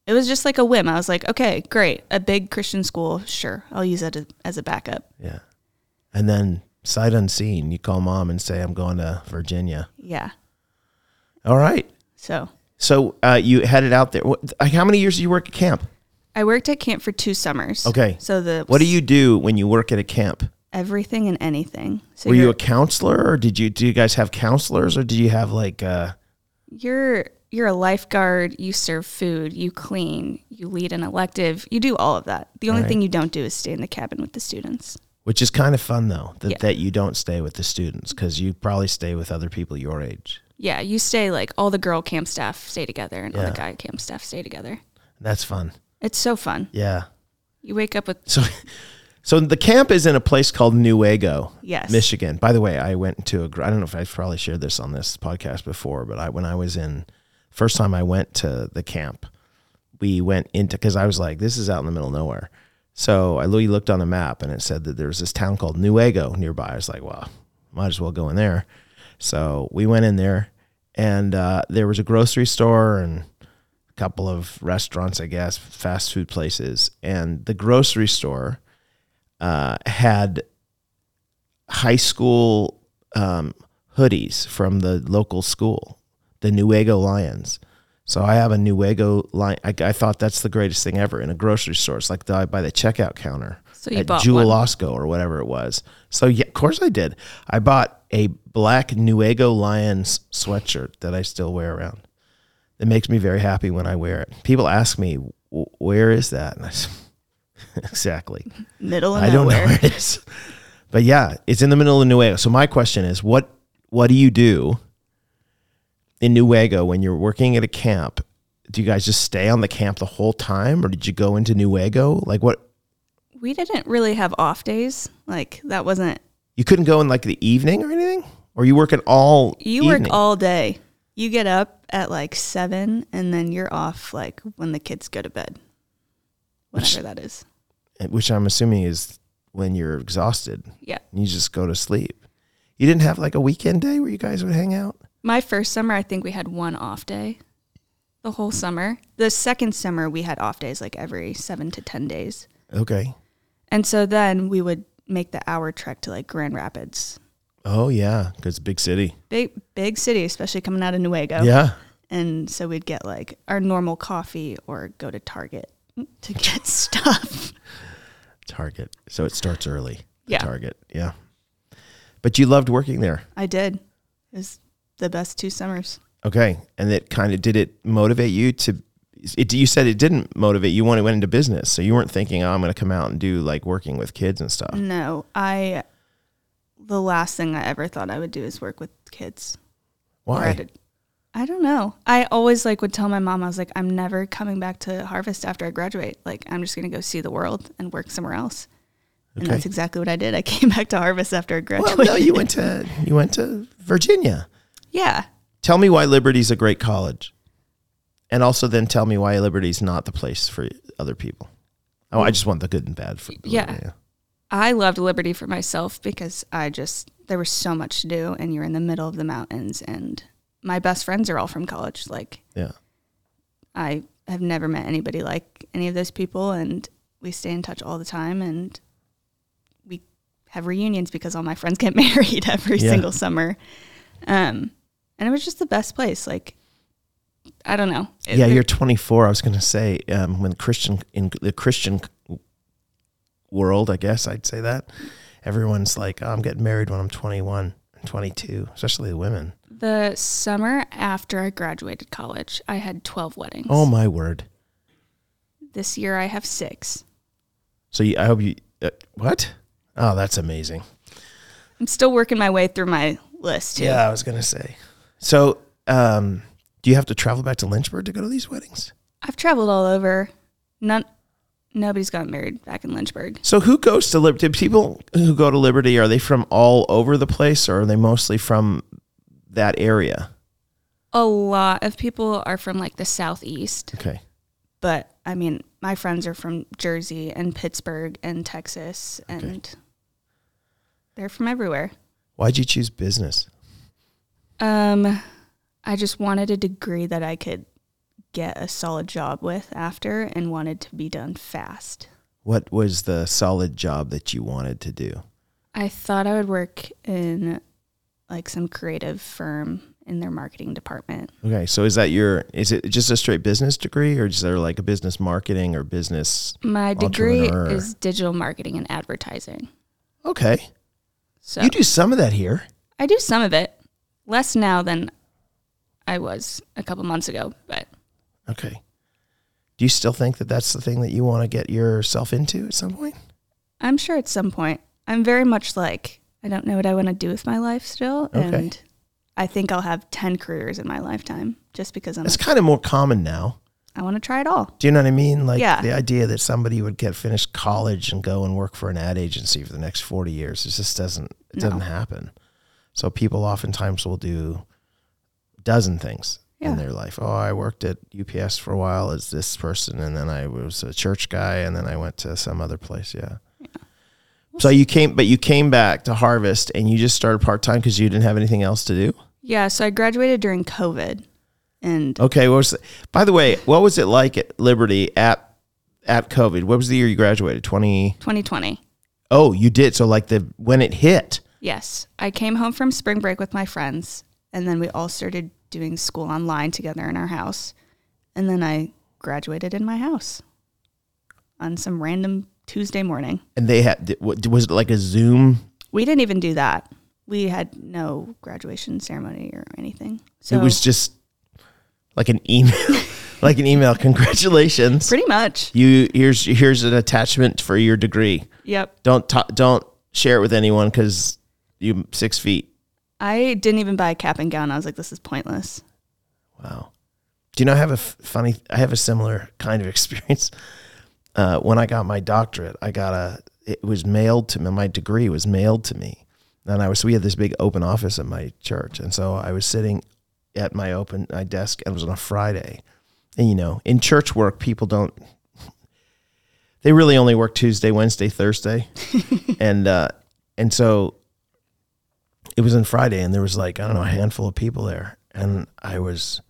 S3: it was just like a whim. I was like, okay, great. A big Christian school. Sure. I'll use that as- as a backup.
S2: Yeah. And then sight unseen, you call mom and say, "I'm going to Virginia."
S3: Yeah.
S2: All right.
S3: So
S2: So uh, you headed out there. What, like, how many years did you work at camp?
S3: I worked at camp for two summers.
S2: Okay.
S3: So the
S2: What do you do when you work at a camp?
S3: everything and anything. So
S2: Were you
S3: you're,
S2: a counselor, or did you do you guys have counselors, or did you have like? Uh,
S3: you're you're a lifeguard, you serve food, you clean, you lead an elective, you do all of that. The only
S2: Right.
S3: thing you don't do is stay in the cabin with the students.
S2: Which is kind of fun though, that,
S3: Yeah.
S2: that you don't stay with the students because you probably stay with other people your age.
S3: Yeah, you stay like all the girl camp staff stay together and all
S2: Yeah.
S3: the guy camp staff stay together.
S2: That's fun.
S3: It's so fun.
S2: Yeah.
S3: You wake up with
S2: So so the camp is in a place called Newego,
S3: yes.
S2: Michigan. By the way, I went to a gr- I don't know if I've probably shared this on this podcast before, but I when I was in first time I went to the camp, we went into because I was like, this is out in the middle of nowhere. So I literally looked on a map and it said that there was this town called Newego nearby. I was like, well, might as well go in there. So we went in there and uh, there was a grocery store and a couple of restaurants, I guess, fast food places. And the grocery store uh, had high school um, hoodies from the local school, the Nuevo Lions. So I have a Nuevo Lion. I, I thought that's the greatest thing ever in a grocery store. It's like the, by the checkout counter
S3: So you
S2: at
S3: bought
S2: Jewel
S3: one.
S2: Osco or whatever it was. So yeah, of course I did. I bought a black Nuevo Lions sweatshirt that I still wear around. It makes me very happy when I wear it. People ask me, "W- "Where is that?" And I s- exactly.
S3: middle of
S2: I don't know
S3: nowhere.
S2: where it is. But yeah, it's in the middle of Nuevo. So my question is, what what do you do in Nuevo when you're working at a camp? Do you guys just stay on the camp the whole time, or did you go into Nuevo? Like what?
S3: We didn't really have off days. Like that wasn't
S2: You couldn't go in like the evening or anything, or you work at all.
S3: you
S2: evening?
S3: work all day. You get up at like seven and then you're off like when the kids go to bed. Whatever that is.
S2: which I'm assuming is when you're exhausted.
S3: Yeah.
S2: and You just go to sleep. You didn't have like a weekend day where you guys would hang out.
S3: My first summer I think we had one off day the whole summer. The second summer we had off days like every seven to ten days.
S2: Okay.
S3: And so then we would make the hour trek to like Grand Rapids.
S2: Oh yeah, because big city.
S3: Big big city, especially coming out of Nuevo.
S2: Yeah.
S3: And so we'd get like our normal coffee or go to Target to get stuff.
S2: Target. So it starts early. the
S3: Yeah.
S2: Target. Yeah. But you loved working there.
S3: I did. It was the best two summers.
S2: Okay. And it kind of did it motivate you to it, you said it didn't motivate you when it went into business. So you weren't thinking, oh, I'm going to come out and do like working with kids and stuff.
S3: No, I. The last thing I ever thought I would do is work with kids. Or I
S2: Why?
S3: did- I don't know. I always like would tell my mom I was like I'm never coming back to Harvest after I graduate. Like I'm just going to go see the world and work somewhere else. And
S2: Okay.
S3: that's exactly what I did. I came back to Harvest after I
S2: Well,
S3: graduated.
S2: no, you went to you went to Virginia.
S3: Yeah.
S2: Tell me why Liberty's a great college, and also then tell me why Liberty's not the place for other people. Oh, I just want the good and bad for
S3: Mm. Yeah.
S2: Liberty,
S3: I loved Liberty for myself because I just there was so much to do and you're in the middle of the mountains and my best friends are all from college. Like
S2: yeah.
S3: I have never met anybody like any of those people and we stay in touch all the time and we have reunions because all my friends get married every
S2: Yeah.
S3: single summer. Um and it was just the best place. Like I don't know.
S2: Yeah, you're 24. I was going to say um, when Christian in the Christian world, I guess I'd say that everyone's like, oh, I'm getting married when I'm 21 and 22, especially the women.
S3: the summer after I graduated college, I had 12 weddings.
S2: Oh my word!
S3: This year I have 6.
S2: So you, I hope you uh, what? Oh, that's amazing.
S3: I'm still working my way through my list too.
S2: Yeah, I was gonna say. So, um, do you have to travel back to Lynchburg to go to these weddings?
S3: I've traveled all over. None nobody's gotten married back in Lynchburg.
S2: So, who goes to Liberty? People who go to Liberty are they from all over the place, or are they mostly from that area?
S3: A lot of people are from like the southeast,
S2: Okay.
S3: but I mean, my friends are from Jersey and Pittsburgh and Texas and they're from everywhere.
S2: Why'd you choose business?
S3: Um I just wanted a degree that I could get a solid job with after and wanted to be done fast.
S2: What was the solid job that you wanted to do?
S3: I thought I would work in like some creative firm in their marketing department.
S2: Okay, so is that your is it just a straight business degree, or is there like a business marketing or business?
S3: My degree
S2: Entrepreneur.
S3: is digital marketing and advertising.
S2: Okay,
S3: So
S2: you do some of that here.
S3: I do some of it, less now than I was a couple months ago, but
S2: Okay. Do you still think that that's the thing that you want to get yourself into at some point?
S3: I'm sure at some point I'm very much like I don't know what I want to do with my life still
S2: Okay.
S3: and I think I'll have 10 careers in my lifetime just because I'm
S2: That's
S3: like,
S2: kind of more common now.
S3: I want to try it all.
S2: Do you know what I mean? Like
S3: Yeah.
S2: the idea that somebody would get finished college and go and work for an ad agency for the next 40 years, it just doesn't it doesn't happen. So people oftentimes will do dozen things
S3: Yeah.
S2: in their life. Oh, I worked at UPS for a while as this person and then I was a church guy and then I went to some other place, yeah. So you came but you came back to Harvest and you just started part-time cuz you didn't have anything else to do?
S3: Yeah, so I graduated during COVID and
S2: Okay. What was by the way, what was it like at Liberty at at COVID? What was the year you graduated? Twenty.
S3: 2020.
S2: Oh, you did. So like the when it hit.
S3: Yes. I came home from spring break with my friends, and then we all started doing school online together in our house. And then I graduated in my house on some random Tuesday morning.
S2: And they had did- what- was it like a Zoom?
S3: We didn't even do that. We had no graduation ceremony or anything. So
S2: it was just like an email, like an email. Congratulations,
S3: pretty much.
S2: you here's here's an attachment for your degree.
S3: Yep.
S2: Don't ta- don't share it with anyone because you six feet.
S3: I didn't even buy a cap and gown. I was like, this is pointless.
S2: Wow. Do you know I have a f- funny? I have a similar kind of experience. Uh, when I got my doctorate, I got a. It was mailed to me. My degree was mailed to me, and I was. We had this big open office at my church, and so I was sitting at my open my desk, and it was on a Friday, and you know, in church work, people don't. They really only work Tuesday, Wednesday, Thursday, and uh, and so it was on Friday, and there was like I don't know a handful of people there, and I was,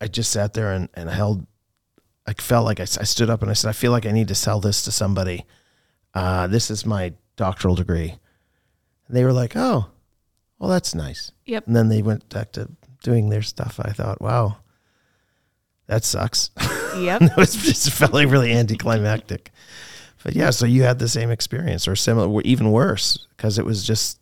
S2: I just sat there and and held, I felt like I, s- I stood up and I said I feel like I need to sell this to somebody. Uh, this is my doctoral degree. And they were like, oh, well that's nice.
S3: Yep.
S2: And then they went back to doing their stuff. I thought, wow, that sucks.
S3: Yep.
S2: it was just felt like really anticlimactic. But yeah, so you had the same experience or similar, or even worse, because it was just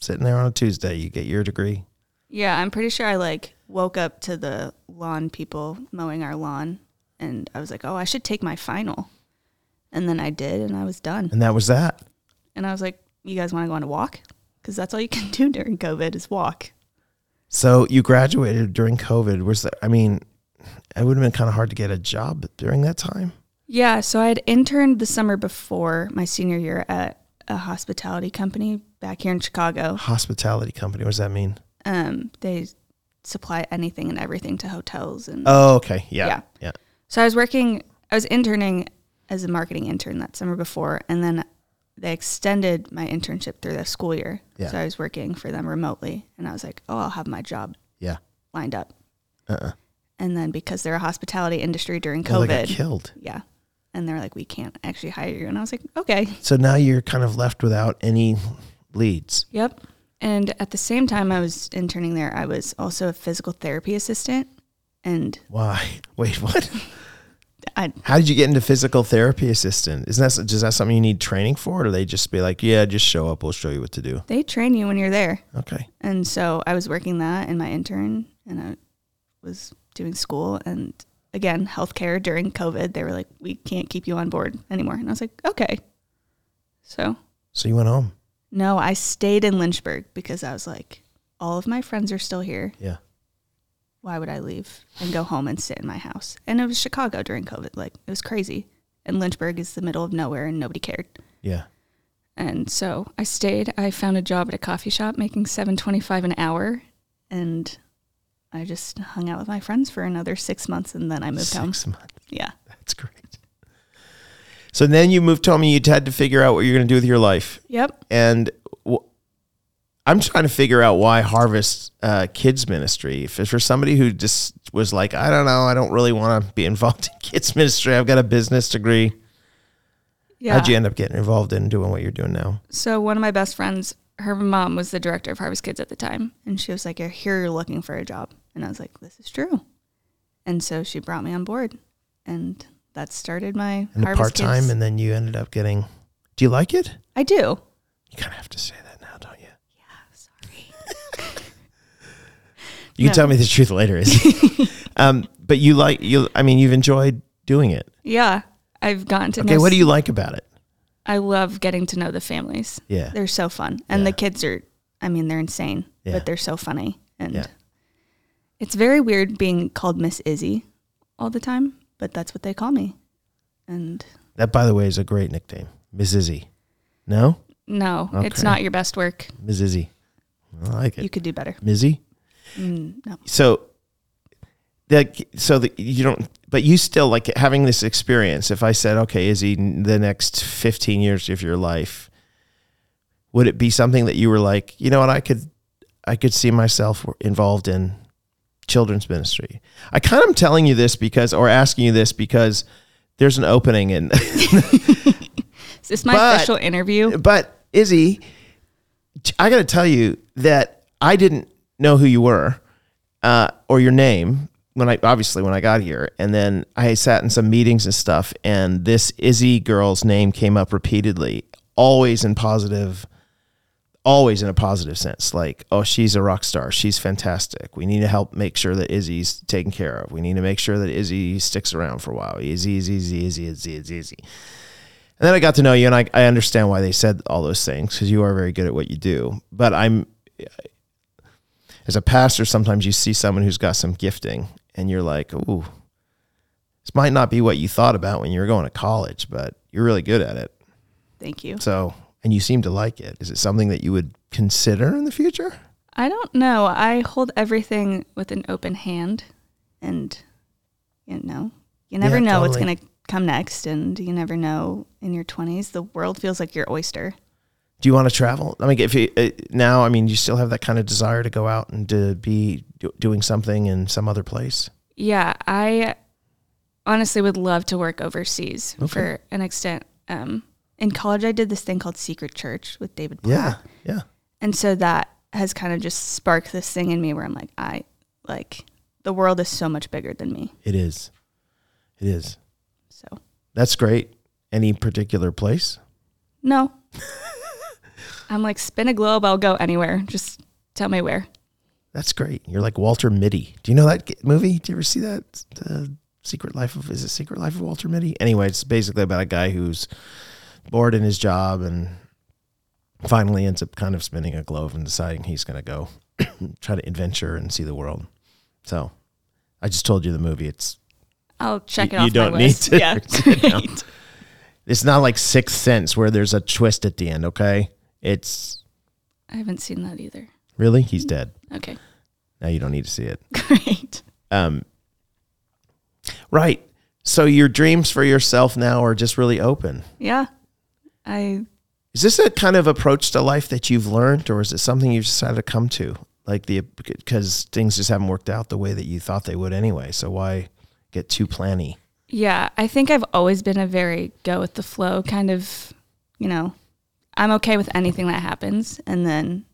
S2: sitting there on a Tuesday, you get your degree.
S3: Yeah, I'm pretty sure I like woke up to the lawn people mowing our lawn and I was like, "Oh, I should take my final." And then I did and I was done.
S2: And that was that.
S3: And I was like, "You guys want to go on a walk?" Cuz that's all you can do during COVID is walk.
S2: So you graduated during COVID. Was that, I mean, it would have been kind of hard to get a job during that time.
S3: Yeah, so I had interned the summer before my senior year at a hospitality company back here in Chicago.
S2: Hospitality company. What does that mean?
S3: Um, they supply anything and everything to hotels and
S2: Oh, okay. Yeah. Yeah.
S3: Yeah. So I was working, I was interning as a marketing intern that summer before, and then they extended my internship through the school year.
S2: Yeah.
S3: So I was working for them remotely, and I was like, oh, I'll have my job
S2: Yeah.
S3: lined up.
S2: Uh-uh.
S3: And then because they're a hospitality industry during
S2: Well, they got
S3: COVID,
S2: killed.
S3: yeah. And they're like, we can't actually hire you. And I was like, okay.
S2: So now you're kind of left without any leads.
S3: Yep. And at the same time I was interning there, I was also a physical therapy assistant. And
S2: Why? Wait, what?
S3: I,
S2: How did you get into physical therapy assistant? Isn't that is that something you need training for, or do they just be like, yeah, just show up, we'll show you what to do?
S3: they train you when you're there.
S2: Okay.
S3: And so I was working that in my intern and I was doing school and again, healthcare during COVID, they were like, we can't keep you on board anymore. And I was like, okay. So
S2: So you went home.
S3: no, I stayed in Lynchburg because I was like, all of my friends are still here.
S2: Yeah.
S3: Why would I leave and go home and sit in my house? And it was Chicago during COVID. Like it was crazy. And Lynchburg is the middle of nowhere and nobody cared.
S2: Yeah.
S3: And so I stayed. I found a job at a coffee shop making seven twenty five an hour, and I just hung out with my friends for another six months, and then I moved home.
S2: Six months.
S3: Yeah,
S2: That's great. So then you moved home and you had to figure out what you're going to do with your life.
S3: yep.
S2: And wh- I'm trying to figure out why Harvest uh, Kids Ministry. If it's for somebody who just was like, I don't know, I don't really want to be involved in kids ministry. I've got a business degree.
S3: Yeah.
S2: How'd you end up getting involved in doing what you're doing now?
S3: So one of my best friends, her mom was the director of Harvest Kids at the time, and she was like, "I hear you're looking for a job," and I was like, "This is true," and so she brought me on board, and that started my
S2: And the
S3: Harvest
S2: part time,
S3: Kids-
S2: and then you ended up getting. Do you like it?
S3: I do.
S2: You kind of have to say that now, don't you?
S3: Sorry.
S2: You can
S3: No.
S2: tell me the truth later. Izzy. um, but you like you. I mean, you've enjoyed doing it.
S3: Yeah, I've gotten to.
S2: Okay,
S3: know
S2: what
S3: s-
S2: do you like about it?
S3: I love getting to know the families.
S2: Yeah.
S3: They're so fun. And the kids are, I mean, they're insane,
S2: Yeah.
S3: but they're so funny. And
S2: Yeah.
S3: it's very weird being called Miss Izzy all the time, but that's what they call me. And
S2: That, by the way, is a great nickname, Miss Izzy. No,
S3: no, it's
S2: Okay.
S3: not your best work.
S2: Miss Izzy. I like
S3: You
S2: it,
S3: could do better.
S2: Mizzy.
S3: Mm, no.
S2: So, that so that you don't, but you still like having this experience. If I said, okay, Izzy, n- the next fifteen years of your life, would it be something that you were like, you know what, I could, I could see myself involved in children's ministry. I kind of am telling you this because, or asking you this because, there's an opening in
S3: Is this my
S2: But-
S3: official interview?
S2: But Izzy, I got to tell you that I didn't know who you were uh, or your name when I obviously when I got here, and then I sat in some meetings and stuff, and this Izzy girl's name came up repeatedly, always in positive. Always in a positive sense, like, oh, she's a rock star. She's fantastic. We need to help make sure that Izzy's taken care of. We need to make sure that Izzy sticks around for a while. Izzy, Izzy, Izzy, Izzy, Izzy, Izzy. Izzy. And then I got to know you, and I, I understand why they said all those things because you are very good at what you do. But I'm, as a pastor, sometimes you see someone who's got some gifting, and you're like, ooh, this might not be what you thought about when you were going to college, but you're really good at it.
S3: Thank you.
S2: So, and you seem to like it. Is it something that you would consider in the future?
S3: I don't know. I hold everything with an open hand, and you know, you never
S2: Yeah,
S3: know what's
S2: totally.
S3: going to come next, and you never know. In your twenties, the world feels like your oyster.
S2: Do you want to travel? I mean, if you uh, now, I mean, you still have that kind of desire to go out and to be do, doing something in some other place.
S3: Yeah, I honestly would love to work overseas for an extent. Um, in college, I did this thing called Secret Church with David Platt.
S2: Yeah, yeah.
S3: And so that has kind of just sparked this thing in me where I'm like, I like the world is so much bigger than me.
S2: It is. It is.
S3: So,
S2: That's great. Any particular place?
S3: no, I'm like, spin a globe, I'll go anywhere. Just tell me where.
S2: That's great. You're like Walter Mitty. Do you know that g- movie? Do you ever see that? The Secret Life of is it Secret Life of Walter Mitty? Anyway, it's basically about a guy who's bored in his job and finally ends up kind of spinning a globe and deciding he's going to go try to adventure and see the world. So, I just told you the movie. It's
S3: I'll check
S2: You-
S3: it off
S2: you don't
S3: my
S2: need
S3: list.
S2: to
S3: yeah. Great.
S2: it's not like Sixth Sense where there's a twist at the end. Okay, it's
S3: I haven't seen that either.
S2: really he's dead.
S3: Okay.
S2: Now you don't need to see it.
S3: Great.
S2: Um, right. So your dreams for yourself now are just really open.
S3: Yeah. I
S2: Is this a kind of approach to life that you've learned, or is it something you've decided to come to? Like the because things just haven't worked out the way that you thought they would anyway. So why get too planny?
S3: yeah, I think I've always been a very go with the flow kind of, you know, I'm okay with anything that happens and then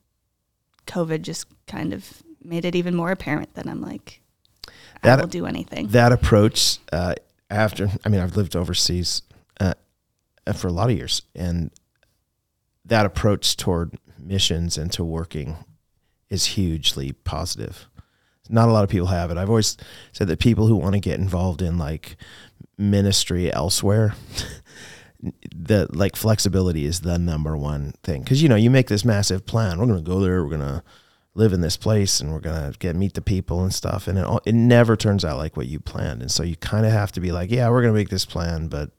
S3: COVID just kind of made it even more apparent that I'm like
S2: That-
S3: I will do anything.
S2: That approach. Uh, after I mean, I've lived overseas uh, for a lot of years, and that approach toward missions and to working is hugely positive. Not a lot of people have it. I've always said that people who want to get involved in like ministry elsewhere, the like flexibility is the number one thing. Cause you know, you make this massive plan. We're going to go there. We're going to live in this place and we're going to get meet the people and stuff. And it, all, it never turns out like what you planned. And so you kind of have to be like, yeah, we're going to make this plan, but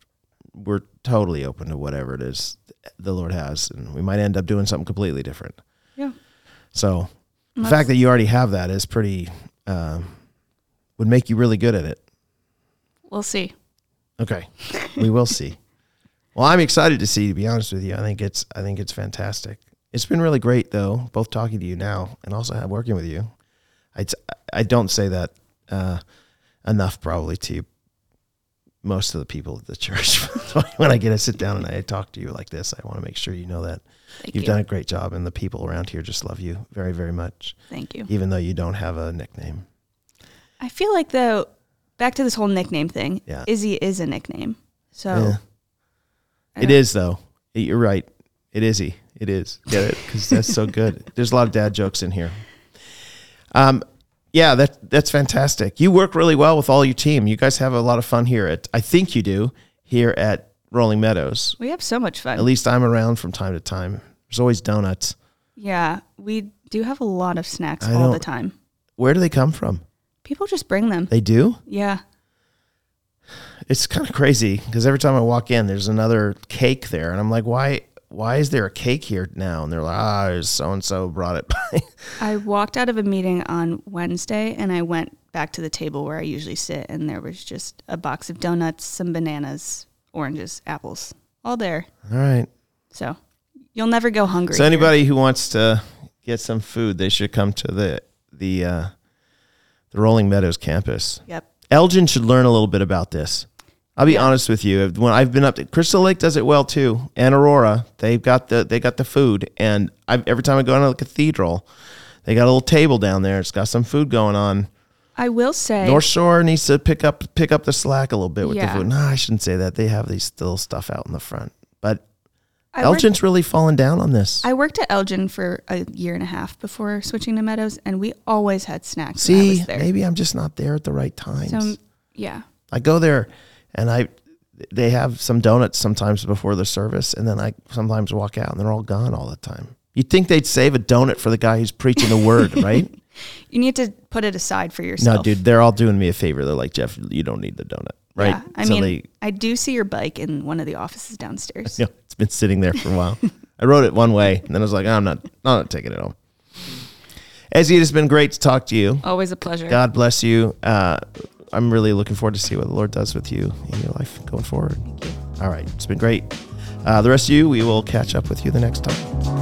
S2: we're totally open to whatever it is the Lord has. And we might end up doing something completely different.
S3: yeah.
S2: So the
S3: That's-
S2: fact that you already have that is pretty um, would make you really good at it.
S3: We'll see.
S2: Okay, we will see. Well, I'm excited to see. To be honest with you, I think it's I think it's fantastic. It's been really great though, both talking to you now and also ha- working with you. I t- I don't say that uh, enough probably to most of the people at the church. when I get to sit down and I talk to you like this, I want to make sure you know that
S3: Thank
S2: you've
S3: you.
S2: done a great job, and the people around here just love you very very much,
S3: Thank you.
S2: even though you don't have a nickname.
S3: I feel like though, back to this whole nickname thing.
S2: Yeah.
S3: Izzy is a nickname, so
S2: Yeah.
S3: I
S2: It
S3: don't-
S2: is though. You're right. It is. he. It is. Get it? Because that's so good. There's a lot of dad jokes in here. Um, yeah, that that's fantastic. You work really well with all your team. You guys have a lot of fun here at. I think you do here at Rolling Meadows.
S3: We have so much fun.
S2: At least I'm around from time to time. There's always donuts.
S3: yeah, we do have a lot of snacks
S2: I
S3: all the
S2: don't-
S3: time.
S2: Where do they come from?
S3: People just bring them.
S2: They do.
S3: Yeah,
S2: It's kind of crazy because every time I walk in, there's another cake there, and I'm like, why? Why is there a cake here now? And they're like, ah, so and so brought it by.
S3: I walked out of a meeting on Wednesday and I went back to the table where I usually sit, and there was just a box of donuts, some bananas, oranges, apples, all there.
S2: all right.
S3: So you'll never go hungry.
S2: So
S3: here.
S2: anybody who wants to get some food, they should come to the the uh, the Rolling Meadows campus.
S3: Yep.
S2: Elgin should learn a little bit about this. I'll be honest with you. When I've been up to Crystal Lake, does it well too, and Aurora, they've got the they got the food. And I've, every time I go down to the cathedral, they got a little table down there. It's got some food going on.
S3: I will say
S2: North Shore needs to pick up pick up the slack a little bit with
S3: Yeah.
S2: the food. No, I shouldn't say that. They have these little stuff out in the front, but
S3: I worked-
S2: Elgin's really fallen down on this.
S3: I worked at Elgin for a year and a half before switching to Meadows, and we always had snacks when I
S2: See,
S3: was there.
S2: maybe I'm just not there at the right times.
S3: so yeah,
S2: I go there and I they have some donuts sometimes before the service and then I sometimes walk out and they're all gone all the time. You'd think they'd save a donut for the guy who's preaching the word, right?
S3: you need to put it aside for yourself.
S2: no, dude, they're all doing me a favor. They're like, Jeff, you don't need the donut, right?
S3: Yeah, I
S2: so
S3: mean,
S2: they,
S3: I do see your bike in one of the offices downstairs.
S2: you know, it's been sitting there for a while. I wrote it one way and then I was like, I'm not, I'm not taking it home. Ezzy, it's been great to talk to you.
S3: Always a pleasure.
S2: God bless you. Uh, I'm really looking forward to see what the Lord does with you in your life going forward. All right, it's been great. Uh, the rest of you, we will catch up with you the next time.